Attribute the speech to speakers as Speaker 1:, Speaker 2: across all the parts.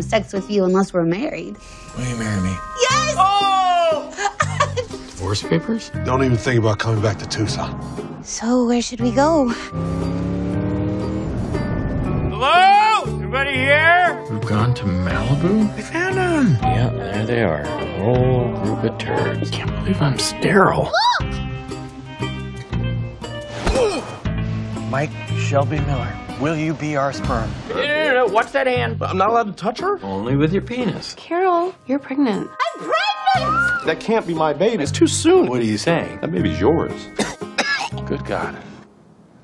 Speaker 1: sex with you unless we're married.
Speaker 2: Will you marry me?
Speaker 1: Yes!
Speaker 3: Divorce papers?
Speaker 2: Don't even think about coming back to Tucson.
Speaker 1: So, where should we go?
Speaker 4: Hello? Everybody here?
Speaker 3: We've gone to Malibu? We found them! Yeah, there they are. A whole group of turds. Can't believe I'm sterile.
Speaker 5: Mike Shelby Miller, will you be our sperm?
Speaker 4: No, no, no, no, watch that hand.
Speaker 5: I'm not allowed to touch her?
Speaker 3: Only with your penis.
Speaker 6: Carol, you're pregnant.
Speaker 1: I'm pregnant!
Speaker 5: That can't be my baby.
Speaker 3: It's too soon. What are you saying?
Speaker 5: That baby's yours.
Speaker 3: Good God.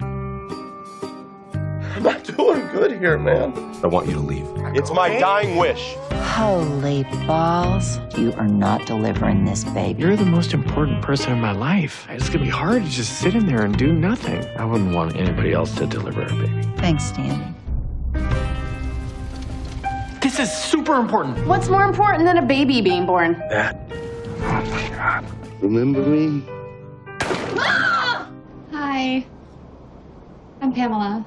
Speaker 5: I'm not doing good here, man.
Speaker 2: I want you to leave.
Speaker 5: It's my dying wish.
Speaker 7: Holy balls. You are not delivering this baby.
Speaker 3: You're the most important person in my life. It's gonna be hard to just sit in there and do nothing. I wouldn't want anybody else to deliver a baby.
Speaker 7: Thanks, Danny.
Speaker 3: This is super important.
Speaker 6: What's more important than a baby being born?
Speaker 3: That. Oh my God.
Speaker 8: Remember me?
Speaker 6: Hi. I'm Pamela.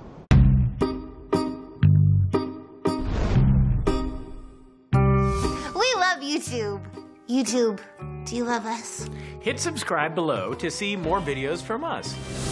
Speaker 1: We love YouTube. YouTube, do you love us?
Speaker 4: Hit subscribe below to see more videos from us.